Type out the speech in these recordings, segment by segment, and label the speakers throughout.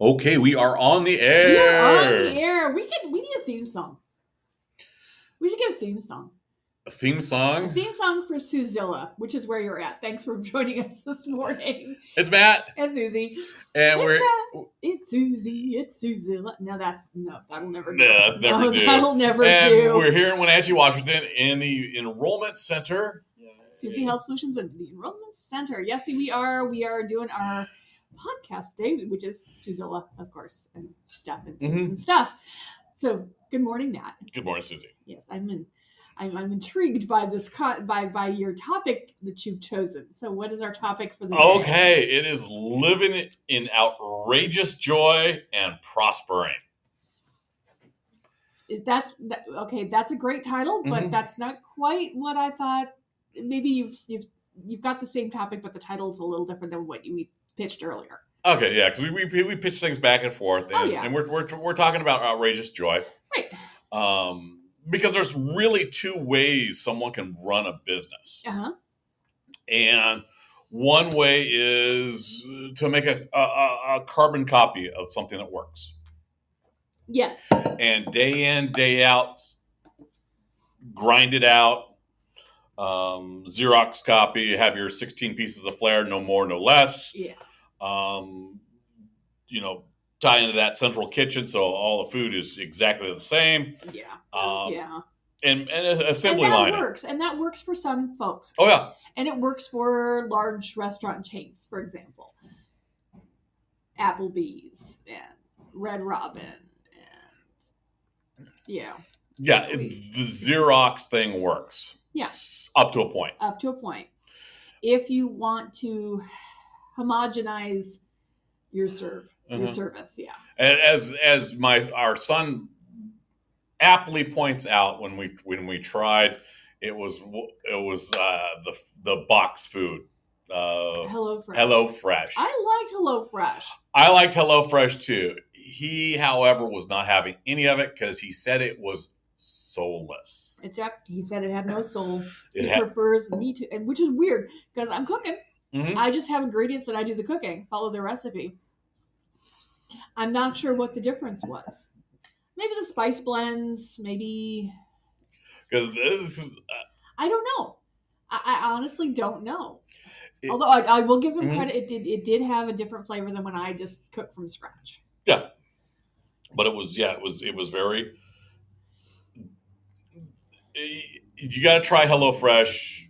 Speaker 1: Okay, we are on the
Speaker 2: We are on
Speaker 1: air.
Speaker 2: the air. We can. We need a theme song. We should get a theme song.
Speaker 1: A theme
Speaker 2: A
Speaker 1: song.
Speaker 2: theme song for Suzilla, which is where you're at. Thanks for joining us this morning.
Speaker 1: It's Matt,
Speaker 2: And Susie.
Speaker 1: and
Speaker 2: It's
Speaker 1: we're
Speaker 2: Matt. It's Susie. It's Suzilla. No, that's no. That'll never.
Speaker 1: No, that's never do.
Speaker 2: That'll never
Speaker 1: and
Speaker 2: do.
Speaker 1: we're here in Wenatchee, Washington, in the enrollment center.
Speaker 2: Susie Health Solutions and the Enrollment Center. Yes, we are. We are doing our podcast day, which is Suzilla, of course, and stuff and things
Speaker 1: Mhm.
Speaker 2: and stuff. So, good morning, Nat.
Speaker 1: Good morning, Susie.
Speaker 2: Yes, I'm in. I'm, I'm intrigued by this co- by by your topic that you've chosen. So, what is our topic for the day?
Speaker 1: Okay, it is living in outrageous joy and prospering.
Speaker 2: Is- That's that, okay. That's a great title, but
Speaker 1: Mhm.
Speaker 2: that's not quite what I thought. Maybe you've you've you've got the same topic, but the title's a little different than what you pitched earlier.
Speaker 1: Okay, yeah, because we, we we pitch things back and forth, and,
Speaker 2: Oh, yeah.
Speaker 1: and we're, we're we're talking about outrageous joy,
Speaker 2: Right.
Speaker 1: Um, because there's really two ways someone can run a business.
Speaker 2: Uh huh.
Speaker 1: And one way is to make a, a- a, a carbon copy of something that works.
Speaker 2: Yes.
Speaker 1: And day in, day out, grind it out, um, Xerox copy, have your 16 pieces of flair, no more, no less.
Speaker 2: Yeah.
Speaker 1: Um, you know, tie into that central kitchen so all the food is exactly the same.
Speaker 2: Yeah.
Speaker 1: Um,
Speaker 2: yeah.
Speaker 1: And, and a- assembly
Speaker 2: and that
Speaker 1: line. it.
Speaker 2: works, and that works for some folks,
Speaker 1: Oh, yeah.
Speaker 2: and it works for large restaurant chains, for example, Applebee's and Red Robin, and yeah,
Speaker 1: Yeah. It, the Xerox thing works.
Speaker 2: Yeah.
Speaker 1: S- Up to a point.
Speaker 2: up to a point. If you want to homogenize your serve, your
Speaker 1: Mhm.
Speaker 2: service, yeah,
Speaker 1: as as my our son aptly points out when we when we tried it was it was uh, the the box food uh,
Speaker 2: Hello Fresh.
Speaker 1: hello fresh
Speaker 2: I liked Hello Fresh.
Speaker 1: I liked hello fresh too he however was not having any of it because he said it was soulless
Speaker 2: Except he said it had no soul.
Speaker 1: it
Speaker 2: he
Speaker 1: had
Speaker 2: prefers me to, and which is weird because I'm cooking.
Speaker 1: Mhm.
Speaker 2: I just have ingredients and I do the cooking, follow the recipe. I'm not sure what the difference was. Maybe the spice blends, maybe
Speaker 1: 'Cause this is
Speaker 2: I don't know. I, I honestly don't know.
Speaker 1: It-
Speaker 2: Although I, I will give him
Speaker 1: Mhm.
Speaker 2: credit, it did it did have a different flavor than when I just cooked from scratch.
Speaker 1: but it was yeah it was it was very eh, you got to try HelloFresh.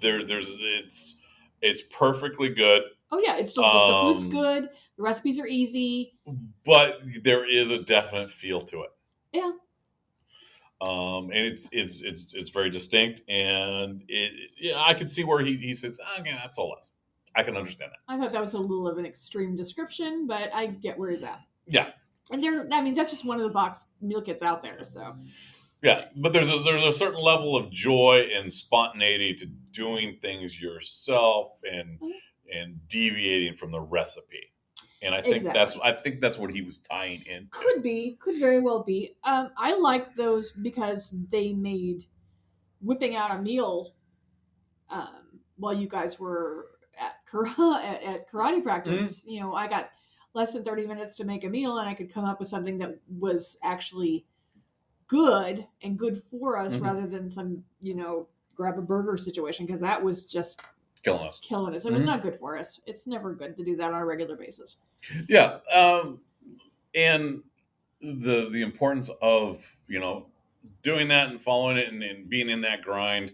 Speaker 1: There, there's it's it's perfectly good,
Speaker 2: Oh yeah, it's still the food's
Speaker 1: Um,
Speaker 2: good. The recipes are easy.
Speaker 1: but there is a definite feel to it.
Speaker 2: Yeah.
Speaker 1: Um, and it's it's it's it's very distinct, and it yeah, I can see where he he says okay, that's so less. I can understand that.
Speaker 2: I thought that was a little of an extreme description, but I get where he's at.
Speaker 1: Yeah.
Speaker 2: And there, I mean, that's just one of the box meal kits out there. So
Speaker 1: Yeah, but there's a, there's a certain level of joy and spontaneity to doing things yourself and
Speaker 2: Mhm.
Speaker 1: and deviating from the recipe. And I think that's I think that's what he was tying in.
Speaker 2: could be, could very well be. Um, I like those because they made whipping out a meal um, while you guys were at karate, at, at karate practice. You know, I got less than thirty minutes to make a meal, and I could come up with something that was actually good and good for us,
Speaker 1: Mhm.
Speaker 2: rather than some you know grab a burger situation because that was just
Speaker 1: Killing us.
Speaker 2: killing us. It was
Speaker 1: Mhm.
Speaker 2: not good for us. It's never good to do that on a regular basis.
Speaker 1: Yeah, um, and the the importance of you know doing that and following it and, and being in that grind.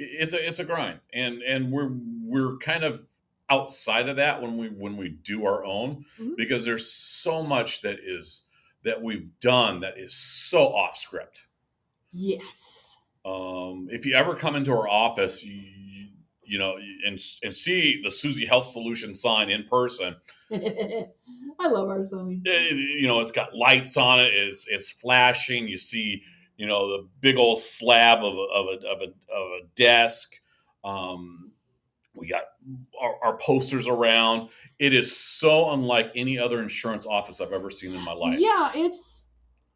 Speaker 1: i- It's a it's a grind, and and we're we're kind of outside of that when we when we do our own
Speaker 2: Mhm.
Speaker 1: because there's so much that is that we've done that is so off script.
Speaker 2: Yes.
Speaker 1: Um, if you ever come into our office, you, you, you know, and and see the Susie Health Solution sign in person,
Speaker 2: I love our sewing.
Speaker 1: it- Eh, you know it's got lights on it it's it's flashing you see you know the big old slab of a of a of a, of a desk um we got our, our posters around it is so unlike any other insurance office i've ever seen in my life
Speaker 2: Yeah, it's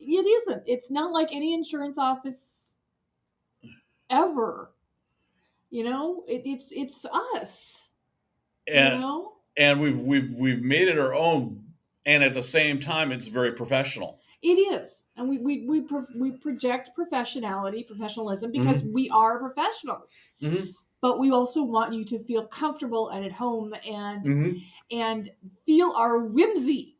Speaker 2: it isn't. It's not like any insurance office ever. You know, it, it's it's us.
Speaker 1: and
Speaker 2: you know,
Speaker 1: and we've we've we've made it our own and at the same time, it's very professional.
Speaker 2: It is, and we we we, pro- we project professionality, professionalism, because
Speaker 1: Mm-hmm.
Speaker 2: we are professionals.
Speaker 1: Mhm.
Speaker 2: But we also want you to feel comfortable and at home, and
Speaker 1: Mm-hmm.
Speaker 2: and feel our whimsy.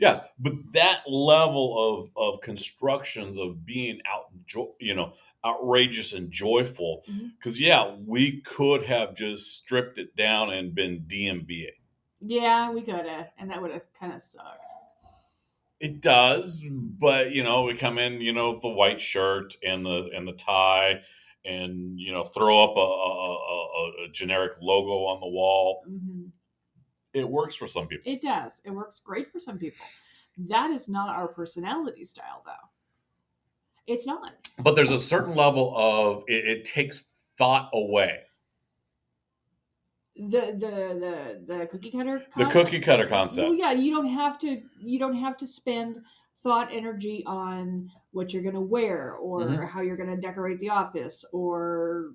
Speaker 1: Yeah, but that level of of constructions of being out, jo- you know, outrageous and joyful,
Speaker 2: Mhm.
Speaker 1: because yeah, we could have just stripped it down and been DMVA.
Speaker 2: Yeah, we gotta, and that would have kind of sucked.
Speaker 1: It does, but you know, we come in, you know, with the white shirt and the and the tie, and you know, throw up a, a, a, a generic logo on the wall.
Speaker 2: hmm
Speaker 1: It works for some people.
Speaker 2: It does. It works great for some people. That is not our personality style, though. It's not.
Speaker 1: but there's a certain level of it, it takes thought away
Speaker 2: the the the the cookie cutter
Speaker 1: the
Speaker 2: concept.
Speaker 1: cookie cutter concept
Speaker 2: Well, yeah, you don't have to you don't have to spend thought energy on what you're going to wear or
Speaker 1: Mhm.
Speaker 2: how you're going to decorate the office or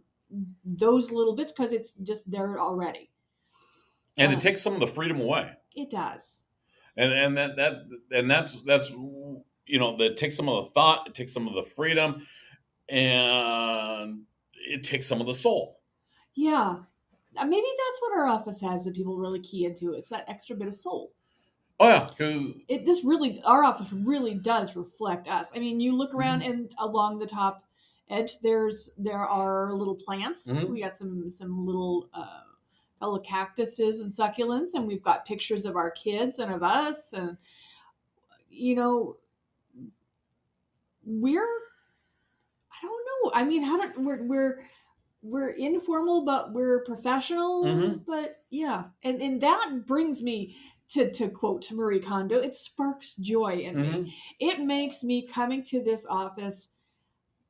Speaker 2: those little bits because it's just there already.
Speaker 1: and
Speaker 2: Uh.
Speaker 1: it takes some of the freedom away
Speaker 2: It does.
Speaker 1: and and that that and that's that's you know that takes some of the thought it takes some of the freedom and it takes some of the soul
Speaker 2: Yeah. Uh, Maybe that's what our office has that people really key into. It's that extra bit of soul.
Speaker 1: oh yeah because
Speaker 2: It this really our office really does reflect us. I mean, you look around and along the top edge, there's there are little plants.
Speaker 1: Mhm.
Speaker 2: We got some some little uh, little cactuses and succulents, and we've got pictures of our kids and of us, and you know, we're I don't know. I mean, how do we're we're we're informal, but we're professional.
Speaker 1: Mhm.
Speaker 2: But yeah, and and that brings me to to quote Marie Kondo. It sparks joy
Speaker 1: mm-hmm.
Speaker 2: in me it makes me coming to this office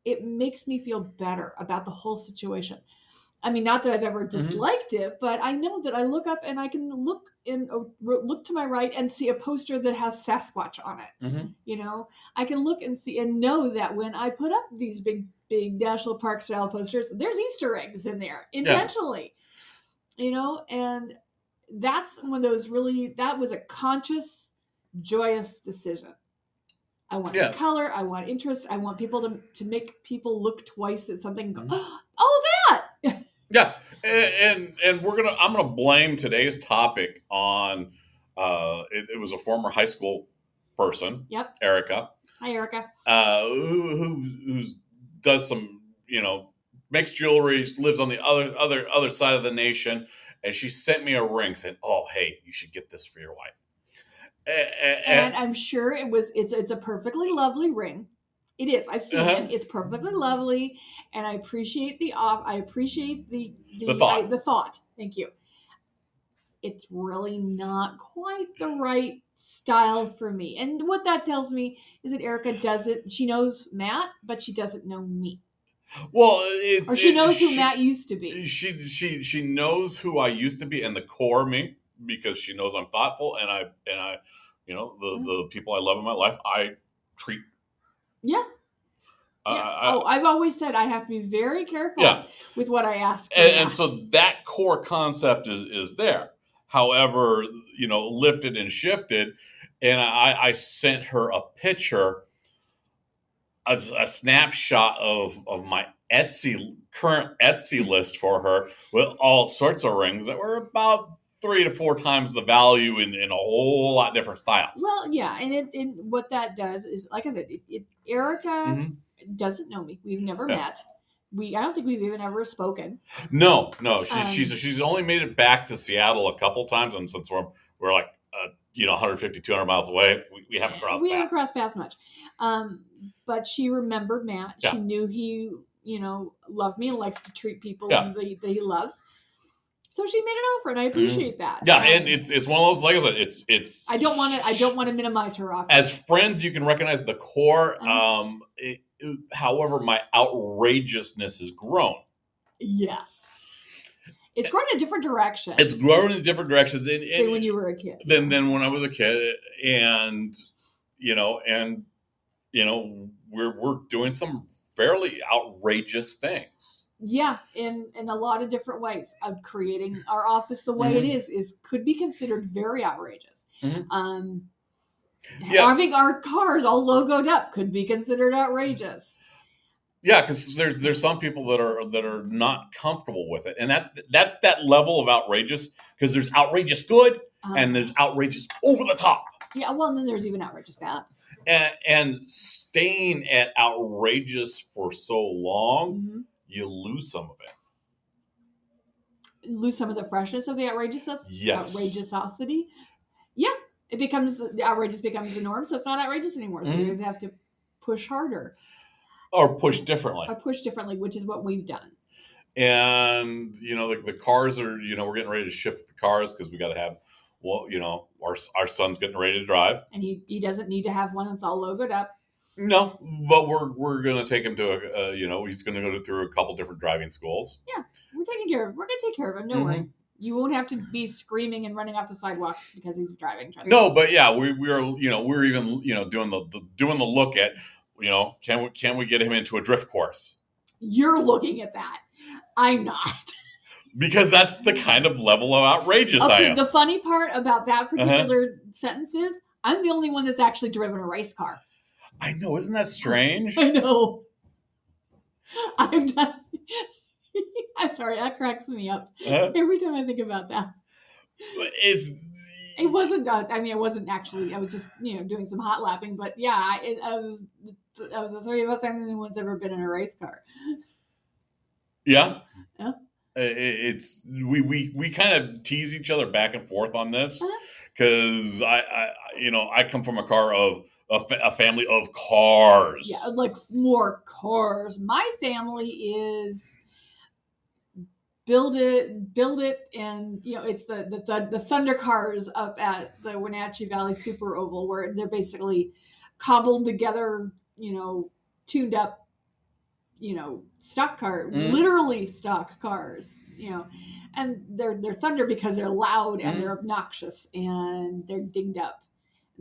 Speaker 2: it makes me feel better about the whole situation i mean not that i've ever disliked it but i know that i look up and i can look in look to my right and see a poster that has sasquatch on it
Speaker 1: Mhm.
Speaker 2: you know i can look and see and know that when i put up these big big national park style posters there's easter eggs in there intentionally you know and that's one of those really that was a conscious joyous decision i want
Speaker 1: Yes.
Speaker 2: color i want interest i want people to, to make people look twice at something and go,
Speaker 1: Mhm.
Speaker 2: oh
Speaker 1: yeah and, and and we're gonna i'm gonna blame today's topic on uh it, it was a former high school person
Speaker 2: Yep.
Speaker 1: erica
Speaker 2: that hi erica
Speaker 1: uh, who who who's, does some you know makes jewelry, lives on the other other other side of the nation, and she sent me a ring saying, "Oh, hey, you should get this for your wife." A- a-
Speaker 2: and
Speaker 1: And,
Speaker 2: i'm sure it was it's it's a perfectly lovely ring it is i've seen
Speaker 1: Uh-huh.
Speaker 2: it it's perfectly lovely and i appreciate the off i appreciate the
Speaker 1: The thought.
Speaker 2: I- the thought thank you it's really not quite the right style for me and what that tells me is that erica doesn't she knows matt but she doesn't know me
Speaker 1: well, it's,
Speaker 2: or she
Speaker 1: it-
Speaker 2: knows who
Speaker 1: she-
Speaker 2: Matt used to be.
Speaker 1: She she she knows who I used to be and the core me because she knows I'm thoughtful and I and I you know the
Speaker 2: Mm-hmm.
Speaker 1: the people I love in my life I treat
Speaker 2: Yeah.
Speaker 1: I-
Speaker 2: yeah.
Speaker 1: Uh, I-
Speaker 2: oh, I've always said I have to be very careful
Speaker 1: Yeah.
Speaker 2: with what I ask. for
Speaker 1: and,
Speaker 2: Matt.
Speaker 1: and so that core concept is is there however you know lifted and shifted and i i sent her a picture a, a snapshot of of my etsy current etsy list for her with all sorts of rings that were about three to four times the value in, in a whole lot different style
Speaker 2: well, yeah, and it and what that does is, like I said, it, it, Erica
Speaker 1: Mhm.
Speaker 2: doesn't know me. We've never
Speaker 1: Yeah.
Speaker 2: met. We I don't think we've even ever spoken.
Speaker 1: no no she's
Speaker 2: Um,
Speaker 1: she's she's only made it back to seattle a couple times and since we're we're like uh, you know 150 200 miles away we, we haven't crossed
Speaker 2: we haven't
Speaker 1: paths.
Speaker 2: crossed paths much, um, but she remembered Matt. She
Speaker 1: Yeah.
Speaker 2: knew he, you know, loved me and likes to treat people
Speaker 1: Yeah. Mm-hmm.
Speaker 2: that, he, that he loves. So she made an offer, and I appreciate that.
Speaker 1: Yeah,
Speaker 2: Um,
Speaker 1: and it's it's one of those. Like I said, it's it's.
Speaker 2: I don't want to. I don't want to minimize her offer.
Speaker 1: As friends, you can recognize the core.
Speaker 2: Uh-huh.
Speaker 1: Um, it- it- however, my outrageousness has grown.
Speaker 2: Yes. It's going in a different direction
Speaker 1: It's grown in different directions. And, and
Speaker 2: than when you were a kid.
Speaker 1: than than when I was a kid, and you know, and you know, we're we're doing some fairly outrageous things.
Speaker 2: Yeah, in in a lot of different ways of
Speaker 1: Mm-hmm.
Speaker 2: creating our office the way it is is could be considered very outrageous.
Speaker 1: Mhm.
Speaker 2: Um,
Speaker 1: Yeah.
Speaker 2: Having our cars all logoed up could be considered outrageous.
Speaker 1: Yeah, because there's there's some people that are that are not comfortable with it, and that's that's that level of outrageous. Because there's outrageous good
Speaker 2: Um,
Speaker 1: Mm-hmm. and there's outrageous over the top,
Speaker 2: yeah, well, and then there's even outrageous bad.
Speaker 1: and, and staying at outrageous for so long,
Speaker 2: Mhm.
Speaker 1: you lose some of it.
Speaker 2: Lose some of the freshness of the outrageousness,
Speaker 1: Yes.
Speaker 2: outrageousosity. Yeah, it becomes the outrageous becomes the norm, so it's not outrageous anymore. So
Speaker 1: Mhm.
Speaker 2: you guys have to push harder
Speaker 1: Or push differently,
Speaker 2: or push differently, which is what we've done.
Speaker 1: and you know the, the cars are you know we're getting ready to shift the cars because we got to have well you know our our son's getting ready to drive.
Speaker 2: And he, he doesn't need to have one that's all logoed up.
Speaker 1: No, but we're we're gonna take him to a uh, you know he's gonna go through a couple different driving schools.
Speaker 2: We're taking care of. We're gonna take care of him. No
Speaker 1: Mm-hmm.
Speaker 2: worry. You won't have to be screaming and running off the sidewalks because he's driving. Trust
Speaker 1: No, but yeah, we we are you know we're even you know doing the, the doing the look at you know can we can we get him into a drift course
Speaker 2: me. you're looking at that. I'm not.
Speaker 1: because that's the kind of level of outrageous I
Speaker 2: Okay,
Speaker 1: am. Uh-huh.
Speaker 2: the funny part about that particular sentence is I'm the only one that's actually driven a race car.
Speaker 1: I know, isn't that strange?
Speaker 2: I know. I've done. I'm sorry, that cracks me up
Speaker 1: Huh?
Speaker 2: every time I think about that.
Speaker 1: Uh, It's
Speaker 2: It wasn't. Uh, I mean, it wasn't actually. I was just you know doing some hot lapping, but yeah, I, it, of the- of the three of us, I'm the only one that's ever been in a race car.
Speaker 1: yeah.
Speaker 2: Yeah.
Speaker 1: I- I- It's we we we kind of tease each other back and forth on this
Speaker 2: Uh-huh.
Speaker 1: because I, I I- you know I come from a car of a, fa- a family of cars.
Speaker 2: Yeah, like more cars. My family is build it, build it, and you know it's the the, the, the Thunder cars up at the Wenatchee Valley Super Oval where they're basically cobbled together, you know, tuned up, you know, stock car,
Speaker 1: Mhm.
Speaker 2: literally stock cars, you know, and they're they're Thunder because they're loud and
Speaker 1: Mhm.
Speaker 2: they're obnoxious and they're dinged up.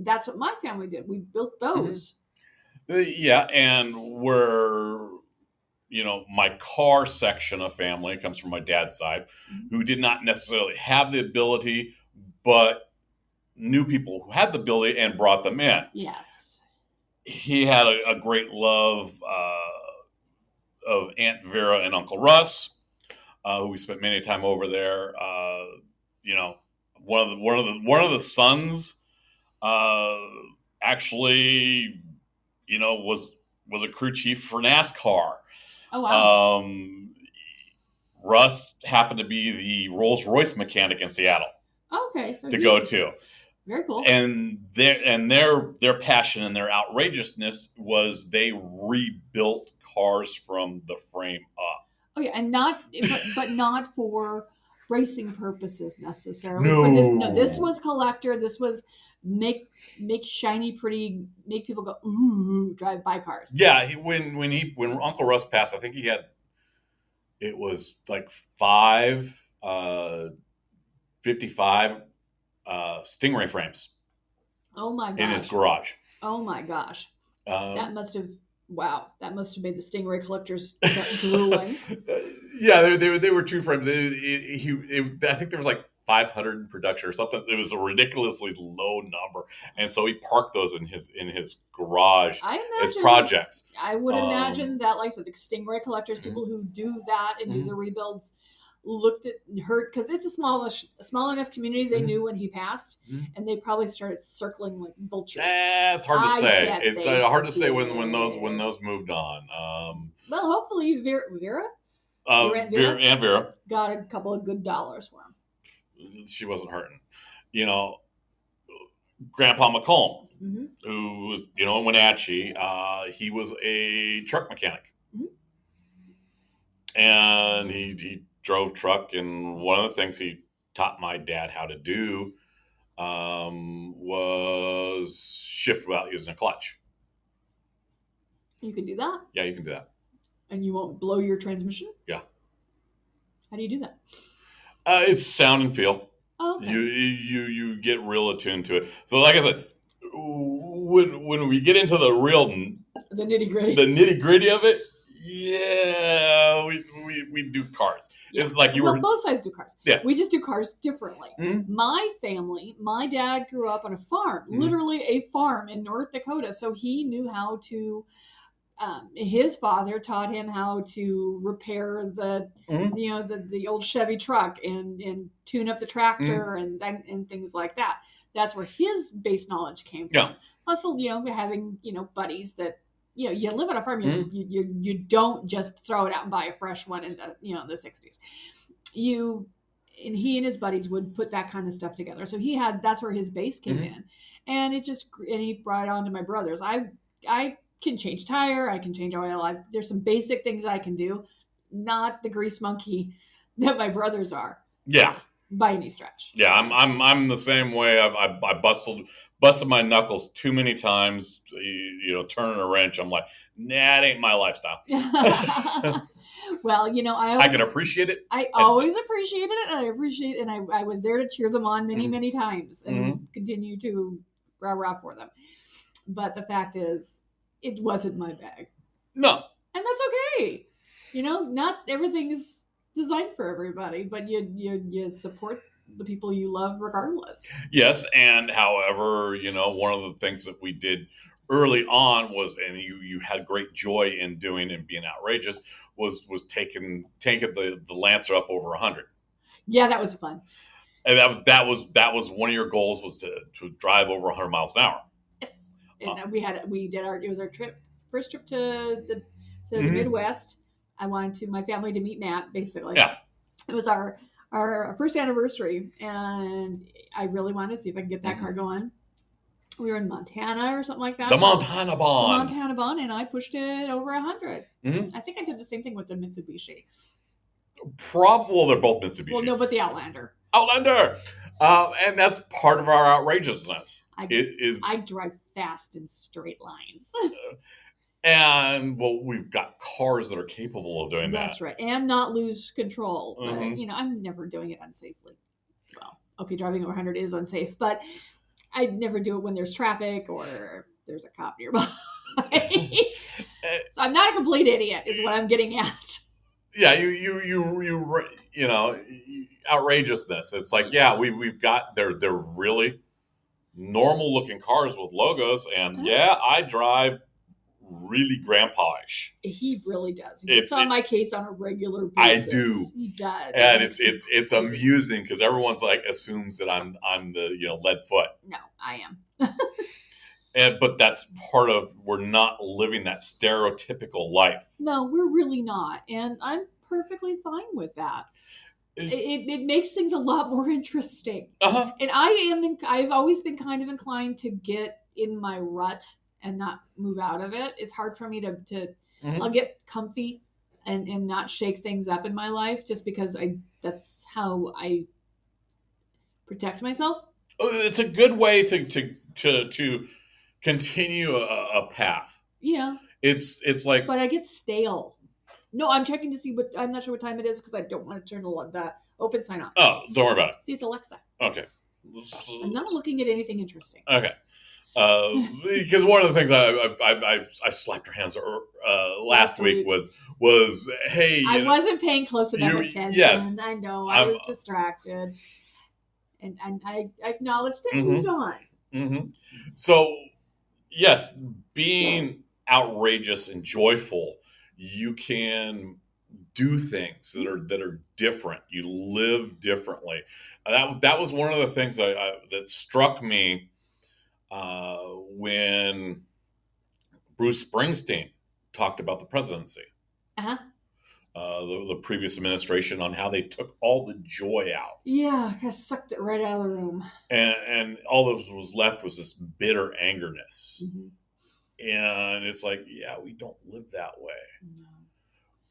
Speaker 2: That's what my family did. We built those.
Speaker 1: Uh, Yeah, and where you know my car section of family comes from my dad's side,
Speaker 2: Mhm.
Speaker 1: who did not necessarily have the ability, but knew people who had the ability and brought them in.
Speaker 2: Yes.
Speaker 1: He had a, a great love uh, of Aunt Vera and Uncle Russ, uh, who we spent many time over there. Uh, you know, one of the one of the one of the sons uh, actually, you know, was was a crew chief for NASCAR.
Speaker 2: Oh wow!
Speaker 1: Um, Russ happened to be the Rolls Royce mechanic in Seattle
Speaker 2: Oh, okay, so
Speaker 1: to
Speaker 2: he-
Speaker 1: go to,
Speaker 2: Very cool.
Speaker 1: and their and their their passion and their outrageousness was they rebuilt cars from the frame up.
Speaker 2: oh yeah, and not but, but not for racing purposes necessarily. For this, no, this
Speaker 1: No.
Speaker 2: was collector. This was make make shiny, pretty, make people go ooh, drive by cars.
Speaker 1: Yeah, he, when when he when Uncle Russ passed, I think he had it was like five uh, fifty five uh, Stingray frames
Speaker 2: Oh my
Speaker 1: in his
Speaker 2: gosh!
Speaker 1: garage.
Speaker 2: Oh my gosh!
Speaker 1: Um,
Speaker 2: That must have wow! That must have made the Stingray collectors drooling.
Speaker 1: yeah, they, they, were- they were two frames. It- it- he, it- I think there was like 500 in production or something. It was a ridiculously low number, and so he parked those in his in his garage
Speaker 2: I
Speaker 1: as
Speaker 2: imagine
Speaker 1: projects.
Speaker 2: I would
Speaker 1: Um, mm-hmm.
Speaker 2: imagine that, like I said, the stingray collectors, people who do that and do the rebuilds, looked at and heard because it's a smallish, small enough community. They
Speaker 1: Mhm.
Speaker 2: knew when he passed,
Speaker 1: Mhm.
Speaker 2: and they probably started circling like vultures.
Speaker 1: Eh, it's hard to
Speaker 2: I
Speaker 1: say.
Speaker 2: bet
Speaker 1: It's
Speaker 2: they
Speaker 1: uh, hard to say when, when those
Speaker 2: did.
Speaker 1: when those moved on. Um,
Speaker 2: Well, hopefully Vera, Vera
Speaker 1: uh,
Speaker 2: Vera-
Speaker 1: Vera, and Vera,
Speaker 2: got a couple of good dollars for him.
Speaker 1: she wasn't hurting. You know, Grandpa McComb,
Speaker 2: hmm
Speaker 1: who was you know in Wenatchee, uh, he was a truck mechanic,
Speaker 2: Mhm.
Speaker 1: and he he drove truck. And one of the things he taught my dad how to do um, was shift without using a clutch.
Speaker 2: You can do that,
Speaker 1: Yeah, you can do that.
Speaker 2: and you won't blow your transmission.
Speaker 1: Yeah.
Speaker 2: How do you do that?
Speaker 1: Uh, it's sound and feel.
Speaker 2: Oh, okay.
Speaker 1: You you you get real attuned to it. So like I said, when when we get into the real
Speaker 2: the nitty gritty.
Speaker 1: the nitty gritty of it, yeah, we, we we, we do cars.
Speaker 2: Yeah.
Speaker 1: It's like you
Speaker 2: well,
Speaker 1: were
Speaker 2: both sides do cars.
Speaker 1: Yeah.
Speaker 2: We just do cars differently.
Speaker 1: Mhm.
Speaker 2: My family, my dad grew up on a farm,
Speaker 1: Mhm.
Speaker 2: literally a farm in North Dakota. So he knew how to, um, his father taught him how to repair the,
Speaker 1: Mhm.
Speaker 2: you know, the, the old Chevy truck and, and tune up the tractor
Speaker 1: Mm-hmm.
Speaker 2: and, and, and things like that. That's where his base knowledge came from.
Speaker 1: Yeah.
Speaker 2: Plus, you know, having, you know, buddies that, you know, you live on a farm, you,
Speaker 1: Mm-hmm.
Speaker 2: you, you, you don't just throw it out and buy a fresh one in the, you know, the 60s you and he and his buddies would put that kind of stuff together. So he had that's where his base came
Speaker 1: Mhm.
Speaker 2: in, and it just gr- and he brought it on to my brothers. I I can change tire, I can change oil. I, there's some basic things I can do, not the grease monkey that my brothers are
Speaker 1: yeah
Speaker 2: by any stretch.
Speaker 1: yeah I'm I'm I'm the same way. I've, I I busted busted my knuckles too many times. You, you know, turning a wrench. I'm like, nah, that ain't my lifestyle.
Speaker 2: well, you know, I always,
Speaker 1: I can appreciate it.
Speaker 2: I always appreciated it, and I appreciate, and I, I was there to cheer them on many,
Speaker 1: Mhm.
Speaker 2: many times, and continue to rah rah for them. But the fact is, it wasn't my bag,
Speaker 1: No,
Speaker 2: and that's okay. You know, not everything is designed for everybody, but you you you support the people you love regardless.
Speaker 1: Yes, and however, you know, one of the things that we did early on was, and you you had great joy in doing and being outrageous was was taking taking the the Lancer up over hundred,
Speaker 2: Yeah, that was fun.
Speaker 1: and that was that was that was one of your goals was to to drive over hundred miles an hour.
Speaker 2: Yes, and we had we did our it was our trip first trip to the to the
Speaker 1: Mhm.
Speaker 2: Midwest. I wanted to my family to meet Matt basically.
Speaker 1: Yeah.
Speaker 2: it was our our first anniversary, and I really wanted to see if I could get that
Speaker 1: Mhm.
Speaker 2: car going. We were in Montana or something like that.
Speaker 1: The Montana
Speaker 2: The
Speaker 1: Bond.
Speaker 2: Montana Bond, and I pushed it over hundred.
Speaker 1: Mhm.
Speaker 2: I think I did the same thing with the Mitsubishi.
Speaker 1: Prob- well, they're both Mitsubishi's.
Speaker 2: Well, no, but the Outlander.
Speaker 1: Outlander, um, and that's part of our outrageousness.
Speaker 2: I
Speaker 1: It is,
Speaker 2: I drive fast in straight lines.
Speaker 1: and well, we've got cars that are capable of doing that.
Speaker 2: That's right, and not lose control. But,
Speaker 1: Mhm.
Speaker 2: You know, I'm never doing it unsafely. Well, okay, driving over 100 is unsafe, but I never do it when there's traffic or there's a cop nearby. so I'm not a complete idiot, is what I'm getting at.
Speaker 1: yeah, you you you you you know outrageousness. It's like yeah, we we've got they're they're really normal looking cars with logos, and yeah, I drive really grandpa-ish,
Speaker 2: He really does. He gets
Speaker 1: It's-
Speaker 2: on
Speaker 1: it-
Speaker 2: my case on a regular
Speaker 1: I
Speaker 2: basis.
Speaker 1: do.
Speaker 2: He does,
Speaker 1: and
Speaker 2: It
Speaker 1: it's
Speaker 2: makes
Speaker 1: it's it's amusing because everyone's like assumes that I'm I'm the you know lead foot,
Speaker 2: me- no. I am.
Speaker 1: and Eh, but that's part of we're not living that stereotypical life.
Speaker 2: No, we're really not, and I'm perfectly fine with that. It, it, it makes things a lot more interesting.
Speaker 1: Uh-huh.
Speaker 2: and I am. In, I've always been kind of inclined to get in my rut and not move out of it. It's hard for me to. to
Speaker 1: Mhm.
Speaker 2: I'll get comfy and and not shake things up in my life just because I. That's how I protect myself.
Speaker 1: Oh, It's a good way to to to to continue a, a path.
Speaker 2: Yeah,
Speaker 1: It's it's like
Speaker 2: but I get stale. No, I'm checking to see what. I'm not sure what time it is because I don't want to turn the the open sign off.
Speaker 1: oh, don't worry about it.
Speaker 2: See, it's Alexa.
Speaker 1: Okay.
Speaker 2: I'm not looking at anything interesting.
Speaker 1: Okay. Uh, because one of the things I I, I, I, I slapped her hands uh, last,
Speaker 2: Last
Speaker 1: week,
Speaker 2: week.
Speaker 1: was was hey you
Speaker 2: I
Speaker 1: know,
Speaker 2: wasn't paying close enough
Speaker 1: You-
Speaker 2: attention.
Speaker 1: yes.
Speaker 2: I know. I
Speaker 1: I'm-
Speaker 2: was distracted. And, and I acknowledged it and
Speaker 1: Mhm.
Speaker 2: moved on.
Speaker 1: mhm. so yes being outrageous and joyful you can do things that are that are different you live differently And that that was one of the things I, I, that struck me uh, when Bruce Springsteen talked about the presidency
Speaker 2: Uh-huh.
Speaker 1: uh, the, the previous administration on how they took all the joy out,
Speaker 2: Yeah, I sucked it right out of the room.
Speaker 1: and, and all that was, was left was this bitter angerness. And it's like, yeah, we don't live that way,
Speaker 2: No.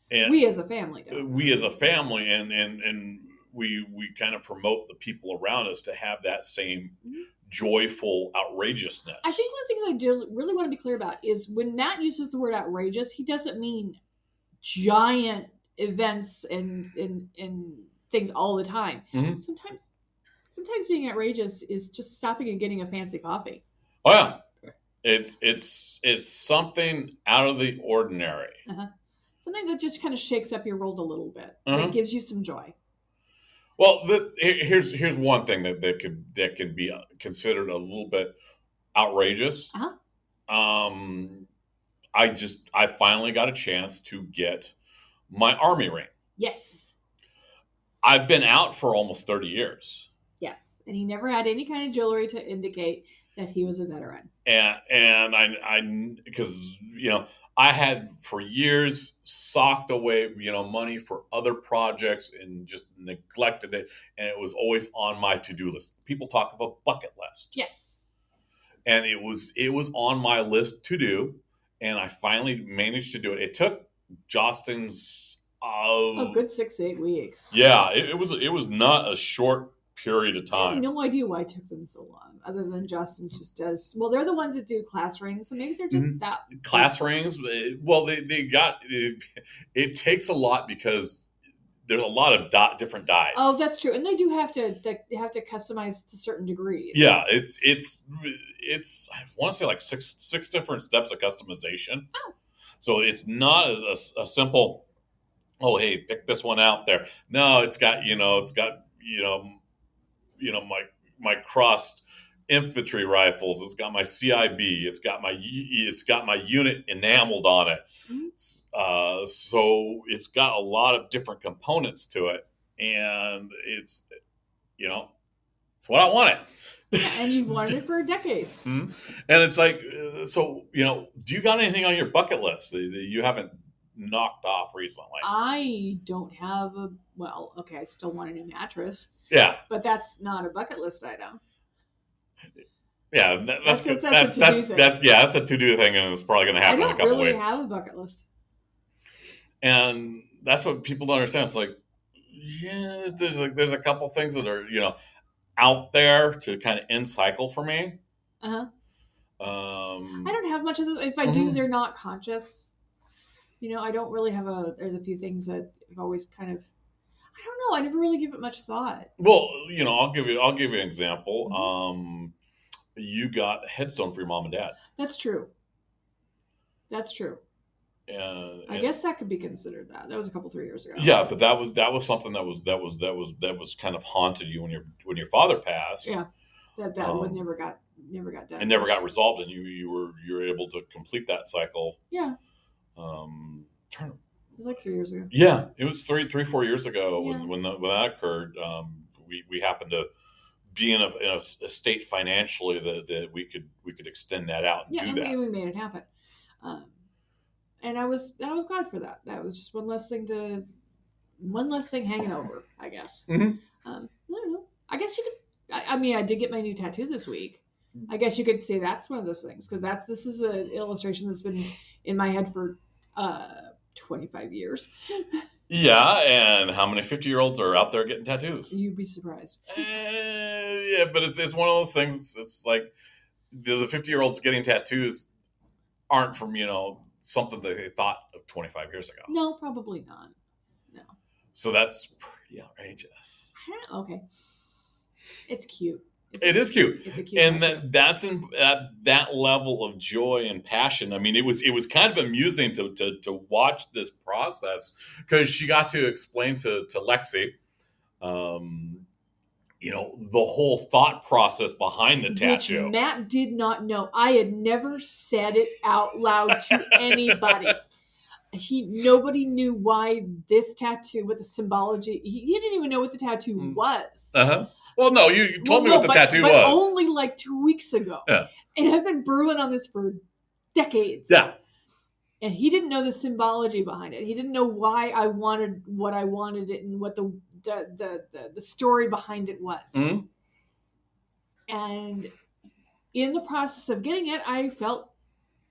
Speaker 1: and
Speaker 2: We as a family
Speaker 1: uh,
Speaker 2: do.
Speaker 1: we as a family, and and and we we kind of promote the people around us to have that same
Speaker 2: Mhm.
Speaker 1: joyful outrageousness.
Speaker 2: I think one of the things I do really want to be clear about is when Matt uses the word outrageous, he doesn't mean giant events and and, and things all the time.
Speaker 1: Mhm.
Speaker 2: Sometimes sometimes being outrageous is just stopping and getting a fancy coffee.
Speaker 1: oh yeah, it's it's it's something out of the ordinary.
Speaker 2: something that just kind of shakes up your world a little bit.
Speaker 1: Uh-huh.
Speaker 2: It gives you some joy.
Speaker 1: Well, the, here- here's here's one thing that that could that can be considered a little bit outrageous.
Speaker 2: Uh-huh.
Speaker 1: Um, I just I finally got a chance to get my army ring.
Speaker 2: Yes.
Speaker 1: I've been out for almost thirty years,
Speaker 2: Yes. And he never had any kind of jewelry to indicate that he was a veteran.
Speaker 1: and and I I because you know I had for years socked away you know money for other projects and just neglected it, and it was always on my to do list. People talk of a bucket list.
Speaker 2: Yes.
Speaker 1: and it was it was on my list to do and i finally managed to do it it took justin's uh,
Speaker 2: A Oh, good six, eight weeks.
Speaker 1: yeah it, it was it was not a short period of
Speaker 2: I have
Speaker 1: time
Speaker 2: no idea why it took them so long, other than Justin's just does. Well, they're the ones that do class rings, so maybe they're just
Speaker 1: Mm-hmm.
Speaker 2: that.
Speaker 1: class rings eh, well they, they got it, it takes a lot because there's a lot of dot different dies
Speaker 2: Oh, that's true, and they do have to they have to customize to certain degrees.
Speaker 1: yeah it's it's it's i want to say like six six different steps of customization so it's not a, a- a simple oh hey pick this one out there no it's got you know it's got you know you know my my crossed infantry rifles it's got my cib it's got my u- it's got my unit enameled on it
Speaker 2: Mhm.
Speaker 1: uh, so it's got a lot of different components to it and it's you know it's what i wanted
Speaker 2: Yeah, and you've wanted it for decades.
Speaker 1: and it's like, uh, so you know, do you got anything on your bucket list that that you haven't knocked off recently?
Speaker 2: Uh, I don't have a well. Okay, I still want a new mattress,
Speaker 1: yeah,
Speaker 2: but that's not a bucket list item.
Speaker 1: yeah, that, that's
Speaker 2: That's-
Speaker 1: good.
Speaker 2: that's a
Speaker 1: That-
Speaker 2: to-do
Speaker 1: that's
Speaker 2: thing.
Speaker 1: that's yeah, that's a to do thing, and it's probably going to
Speaker 2: I
Speaker 1: happen in a
Speaker 2: don't
Speaker 1: couple
Speaker 2: really
Speaker 1: weeks.
Speaker 2: have a bucket list.
Speaker 1: and that's what people don't understand. It's like, yeah, there's a, there's a couple things that are you know out there to kind of end cycle for me.
Speaker 2: Uh-huh.
Speaker 1: Um,
Speaker 2: I don't have much of those. If I do,
Speaker 1: Mhm.
Speaker 2: they're not conscious. You know, I don't really have a. There's a few things that I've always kind of. I don't know. I never really give it much thought.
Speaker 1: Well, you know, I'll give you I'll give you an example.
Speaker 2: Mhm.
Speaker 1: Um, you got a headstone for your mom and dad.
Speaker 2: That's true. That's true.
Speaker 1: Uh,
Speaker 2: I
Speaker 1: and-
Speaker 2: guess that could be considered that. That was a couple three years ago.
Speaker 1: Yeah, but that was that was something that was that was that was that was kind of haunted you when your when your father passed.
Speaker 2: Yeah. That that
Speaker 1: Um,
Speaker 2: one never got never got done.
Speaker 1: And never got resolved, and you you were you were able to complete that cycle.
Speaker 2: Yeah,
Speaker 1: Um, turn-
Speaker 2: it was like three years ago.
Speaker 1: yeah, it was three three four years ago
Speaker 2: Yeah.
Speaker 1: when when, the, when that occurred. Um, we we happened to be in a, in a, a state financially that, that we could we could extend that out and
Speaker 2: Yeah,
Speaker 1: do
Speaker 2: and
Speaker 1: that.
Speaker 2: we, we made it happen. Um, and I was I was glad for that. That was just one less thing to one less thing hanging over. I guess.
Speaker 1: Mhm.
Speaker 2: Um, I don't know. I guess you could. I, I mean, I did get my new tattoo this week.
Speaker 1: Mm.
Speaker 2: I guess you could say that's one of those things because that's this is an illustration that's been in my head for uh, twenty five years.
Speaker 1: yeah, and how many fifty year olds are out there getting tattoos?
Speaker 2: You'd be surprised.
Speaker 1: Eh, yeah, but it's, it's one of those things. It's, it's like the the fifty year olds getting tattoos aren't from you know something that they thought of twenty five years ago.
Speaker 2: No, probably not.
Speaker 1: So that's pretty outrageous.
Speaker 2: I don't know. Okay, it's cute. It's
Speaker 1: It is cute,
Speaker 2: It's a cute.
Speaker 1: and
Speaker 2: tattoo.
Speaker 1: that that's in, at that level of joy and passion. I mean, it was it was kind of amusing to to, to watch this process because she got to explain to to Lexi. Um, you know the whole thought process behind the tattoo.
Speaker 2: Which Matt did not know. I had never said it out loud to anybody. He nobody knew why this tattoo, what the symbology. He, he didn't even know what the tattoo
Speaker 1: Mm.
Speaker 2: was.
Speaker 1: Uh-huh. Well, no, you, you told me
Speaker 2: Well,
Speaker 1: what the
Speaker 2: no, but-
Speaker 1: tattoo
Speaker 2: but
Speaker 1: was.
Speaker 2: only like two weeks ago.
Speaker 1: Yeah.
Speaker 2: And I've been brewing on this for decades.
Speaker 1: yeah.
Speaker 2: And he didn't know the symbology behind it. He didn't know why I wanted what I wanted it and what the the the, the, the story behind it was.
Speaker 1: Mhm.
Speaker 2: And in the process of getting it, I felt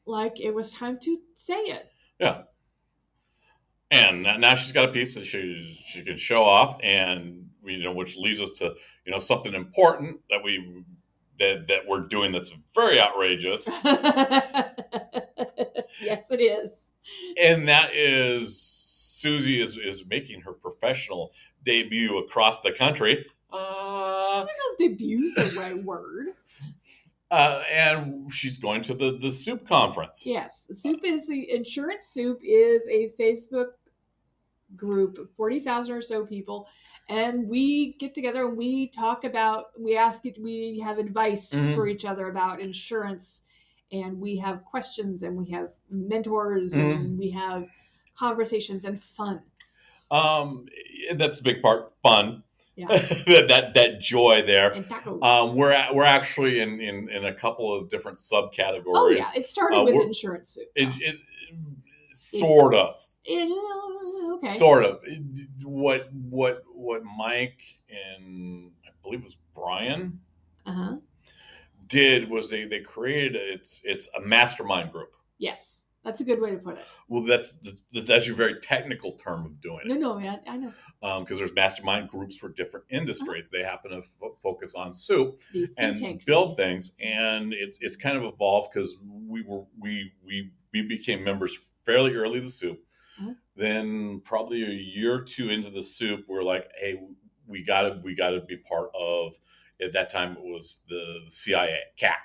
Speaker 2: like it was time to say it.
Speaker 1: And now- now she's got a piece that she she can show off, and we- you know, which leads us to you know something important that we that that we're doing that's very outrageous,
Speaker 2: yes, it is.
Speaker 1: and that is Susie is is making her professional debut across the country. Uh,
Speaker 2: I don't know if debut's the right word.
Speaker 1: Uh, and she's going to the, the soup conference.
Speaker 2: Yes, the soup is the insurance soup is a Facebook group of forty thousand or so people, and we get together and we talk about we ask it we have advice
Speaker 1: Mhm.
Speaker 2: for each other about insurance, and we have questions and we have mentors
Speaker 1: Mm-hmm.
Speaker 2: and we have conversations and fun.
Speaker 1: Um, that's a big part. Fun.
Speaker 2: Yeah.
Speaker 1: that, that that joy there.
Speaker 2: and tacos.
Speaker 1: Um, we're at, we're actually in, in in a couple of different subcategories.
Speaker 2: oh yeah, it started
Speaker 1: uh,
Speaker 2: with
Speaker 1: we're-
Speaker 2: insurance soup.
Speaker 1: It, it, sort of,
Speaker 2: It- uh, okay.
Speaker 1: sort of. It- What what what Mike and I believe it was Brian
Speaker 2: uh-huh.
Speaker 1: did was they they created a, it's it's a mastermind group.
Speaker 2: Yes, that's a good way to put it.
Speaker 1: Well, that's that's actually a very technical term of doing
Speaker 2: No,
Speaker 1: it
Speaker 2: no, man, I know
Speaker 1: because there's mastermind groups for different
Speaker 2: Uh-huh.
Speaker 1: industries. They happen to fo- focus on soup.
Speaker 2: the think
Speaker 1: and
Speaker 2: tank
Speaker 1: build
Speaker 2: thing.
Speaker 1: things. And it's it's kind of evolved because we were we we we became members fairly early to soup.
Speaker 2: Mhm.
Speaker 1: Then probably a year or two into the soup, we're like, hey, we gotta we gotta be part of. At that time, it was the CIA CAC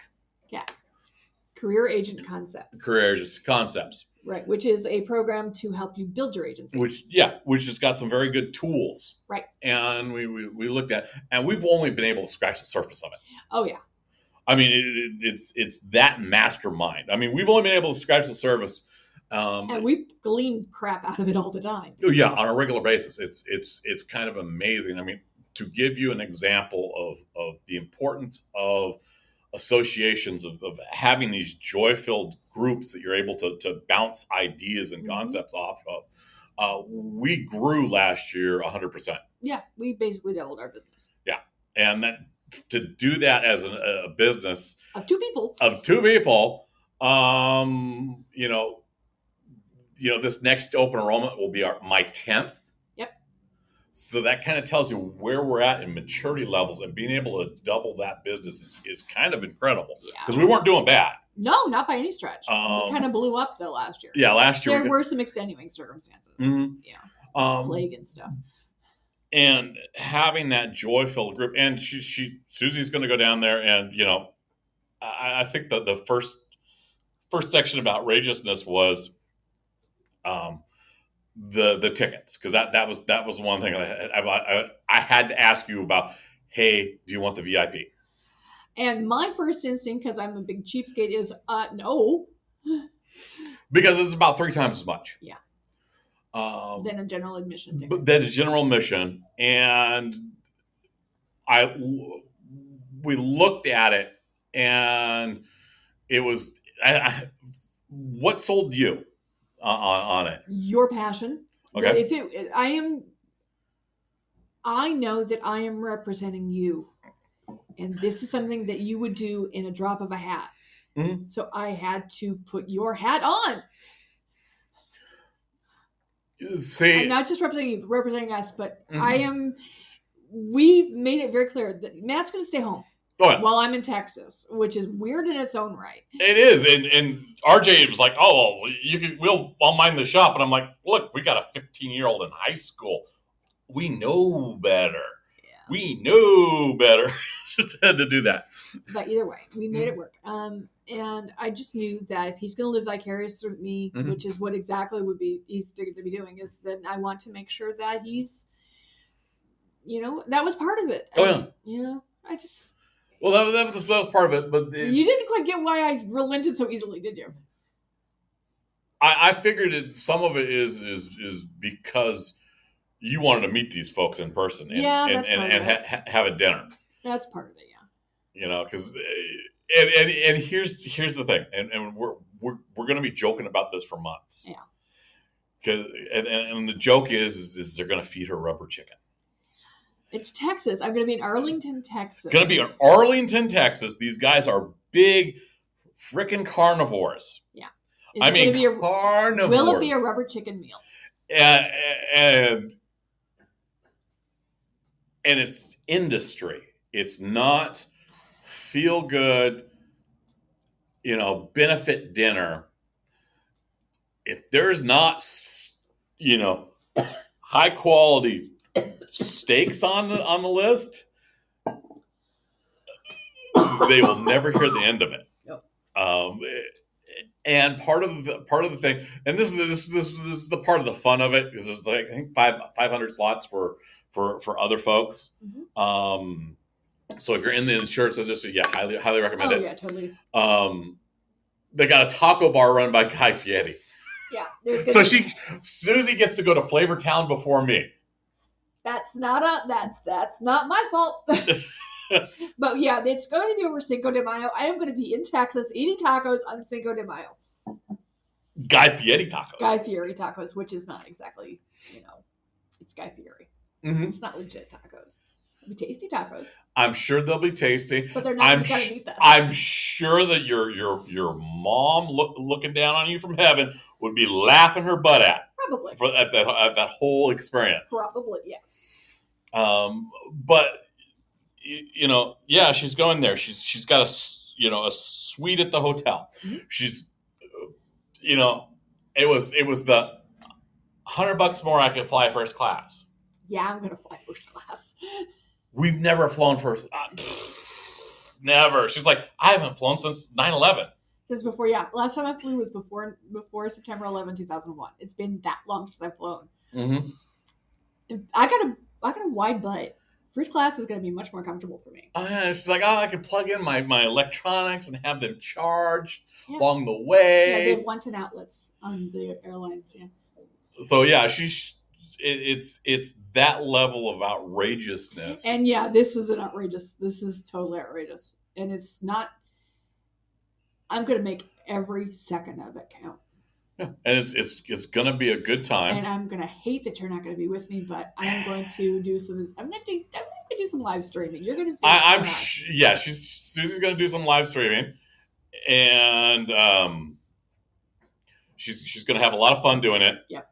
Speaker 2: career agent concepts,
Speaker 1: Career Agency Concepts,
Speaker 2: right? Which is a program to help you build your agency.
Speaker 1: which yeah, which has got some very good tools.
Speaker 2: Right.
Speaker 1: And we, we we looked at, and we've only been able to scratch the surface of it.
Speaker 2: oh yeah,
Speaker 1: I mean, it, it, it's it's that mastermind. I mean, we've only been able to scratch the surface. Um,
Speaker 2: and we glean crap out of it all the time.
Speaker 1: oh, yeah, on a regular basis, it's it's it's kind of amazing. I mean, to give you an example of of the importance of associations of, of having these joy filled groups that you're able to to bounce ideas and
Speaker 2: Mhm.
Speaker 1: concepts off of. Uh, we grew last year 100 percent.
Speaker 2: Yeah, we basically doubled our business
Speaker 1: and that to do that as a, a business
Speaker 2: of two people.
Speaker 1: of two people, um, you know, you know, this next open enrollment will be our my tenth.
Speaker 2: Yep.
Speaker 1: So that kind of tells you where we're at in maturity levels, and being able to double that business is, is kind of incredible
Speaker 2: Yeah,
Speaker 1: because we weren't doing bad.
Speaker 2: no, not by any stretch.
Speaker 1: Um,
Speaker 2: we kind of blew up though last year.
Speaker 1: Yeah, last year.
Speaker 2: there
Speaker 1: we-
Speaker 2: were some extenuating circumstances,
Speaker 1: Mhm.
Speaker 2: yeah,
Speaker 1: Um,
Speaker 2: plague and stuff.
Speaker 1: and having that joy-filled group, and she, she, Susie's going to go down there, and you know, I, I think the the first first section about outrageousness was um, the the tickets because that that was that was the one thing I, I, I I had to ask you about. Hey, do you want the VIP?
Speaker 2: And my first instinct, because I'm a big cheapskate, is uh no.
Speaker 1: Because it's about three times as much.
Speaker 2: Yeah.
Speaker 1: Um,
Speaker 2: Than a general admission ticket.
Speaker 1: but that is general mission, and I we looked at it, and it was I, I, what sold you on on, on it.
Speaker 2: your passion.
Speaker 1: Okay.
Speaker 2: That If it, I am, I know that I am representing you, and this is something that you would do in a drop of a hat.
Speaker 1: Mhm.
Speaker 2: So I had to put your hat on.
Speaker 1: See,
Speaker 2: I'm not just representing you, representing us, but
Speaker 1: Mhm.
Speaker 2: I am. We've made it very clear that Matt's going to stay home
Speaker 1: go ahead.
Speaker 2: while I'm in Texas, which is weird in its own right.
Speaker 1: It is, and and RJ was like, "Oh, well, you can we'll I'll mind the shop," and I'm like, "Look, we got a 15 year old in high school. We know better. We know better." Just had to do that.
Speaker 2: but either way, we
Speaker 1: Mm-hmm.
Speaker 2: made it work. Um, and I just knew that if he's going to live vicariously through me,
Speaker 1: Mhm.
Speaker 2: which is what exactly would be he's going to be doing, is then I want to make sure that he's, you know, that was part of it.
Speaker 1: Oh,
Speaker 2: I- you know, I just
Speaker 1: Well, that, was- that, was, that was part of it, but it,
Speaker 2: you didn't quite get why I relented so easily, did you?
Speaker 1: I, I figured it, some of it is is is because you wanted to meet these folks in person and
Speaker 2: Yeah,
Speaker 1: and,
Speaker 2: that's
Speaker 1: and,
Speaker 2: part
Speaker 1: and
Speaker 2: of
Speaker 1: ha- ha- have a dinner.
Speaker 2: That's part of it. Yeah.
Speaker 1: you know because and, and and here's here's the thing and, and we're we're, we're going to be joking about this for months
Speaker 2: Yeah.
Speaker 1: because and, and and the joke is is, is they're going to feed her rubber chicken
Speaker 2: It's Texas. I'm going to be in Arlington, Texas.
Speaker 1: going to be in arlington texas these guys are big freaking carnivores
Speaker 2: It's
Speaker 1: i
Speaker 2: gonna
Speaker 1: mean
Speaker 2: be a-
Speaker 1: carnivores
Speaker 2: will it be a rubber chicken meal?
Speaker 1: and, and and it's industry. It's not feel good, you know, benefit dinner. If there's not, s- you know, high quality steaks on the on the list, they will never hear the end of it.
Speaker 2: Nope.
Speaker 1: Um, and part of the part of the thing, and this is this this this is the part of the fun of it because there's like I think five five hundred slots for for for other folks.
Speaker 2: Mm-hmm.
Speaker 1: Um, so if you're in the insurance industry, yeah, highly highly recommend
Speaker 2: oh
Speaker 1: it.
Speaker 2: yeah, totally.
Speaker 1: Um, they got a taco bar run by Guy Fieri.
Speaker 2: Yeah. there's gonna
Speaker 1: So
Speaker 2: be-
Speaker 1: she Susie gets to go to Flavor Town before me.
Speaker 2: that's not a that's that's not my fault. but yeah, it's going to be over Cinco de Mayo. I am going to be in Texas eating tacos on Cinco de Mayo,
Speaker 1: Guy Fieri tacos.
Speaker 2: Guy Fieri tacos, which is not exactly you know, it's Guy Fieri.
Speaker 1: Mhm.
Speaker 2: It's not legit tacos. It'll be tasty tacos,
Speaker 1: I'm sure they'll be tasty.
Speaker 2: but they're not
Speaker 1: I'm
Speaker 2: going to
Speaker 1: sh-
Speaker 2: eat this.
Speaker 1: I'm sure that your your your mom look, looking down on you from heaven would be laughing her butt at
Speaker 2: probably
Speaker 1: for at that at that whole experience.
Speaker 2: probably yes.
Speaker 1: Um, but you, you know, yeah, she's going there. She's she's got a s- you know a suite at the hotel.
Speaker 2: Mhm.
Speaker 1: She's you know it was it was the hundred bucks more I could fly first class.
Speaker 2: Yeah, I'm going to fly first class.
Speaker 1: We've never flown first. Uh, never. She's like, I haven't flown since 9 11.
Speaker 2: Since before, yeah, last time I flew was before before September 11, 2001. It's been that long since I've flown.
Speaker 1: Mm-hmm.
Speaker 2: I got a I got a wide butt. First class is going to be much more comfortable for me.
Speaker 1: Oh, yeah. She's like, oh, I could plug in my, my electronics and have them charged
Speaker 2: Yeah.
Speaker 1: along the
Speaker 2: Yeah,
Speaker 1: way.
Speaker 2: they have one-ton outlets on the airlines. Yeah,
Speaker 1: so yeah, she's it, it's it's that level of outrageousness.
Speaker 2: and yeah, this is an outrageous. This is totally outrageous, and it's not. I'm going to make every second of it count,
Speaker 1: and it's it's it's gonna be a good time.
Speaker 2: and I'm going to hate that you're not going to be with me, but I'm going to do some. I'm going to do. I'm going to do some live streaming. You're going to see. what's
Speaker 1: I, I'm
Speaker 2: going on.
Speaker 1: sh- yeah, she's Susie's gonna do some live streaming, and um, she's she's gonna have a lot of fun doing it.
Speaker 2: Yep.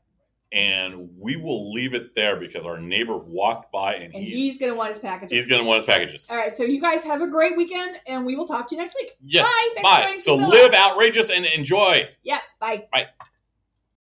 Speaker 1: And we will leave it there because our neighbor walked by and,
Speaker 2: and Uh,
Speaker 1: he
Speaker 2: he's going to want his packages.
Speaker 1: he's gonna want his packages.
Speaker 2: All right, so you guys have a great weekend, and we will talk to you next week.
Speaker 1: Yes.
Speaker 2: Bye. Thanks for
Speaker 1: Bye.
Speaker 2: joining
Speaker 1: So
Speaker 2: Priscilla.
Speaker 1: live outrageous and enjoy.
Speaker 2: Yes, bye.
Speaker 1: Bye.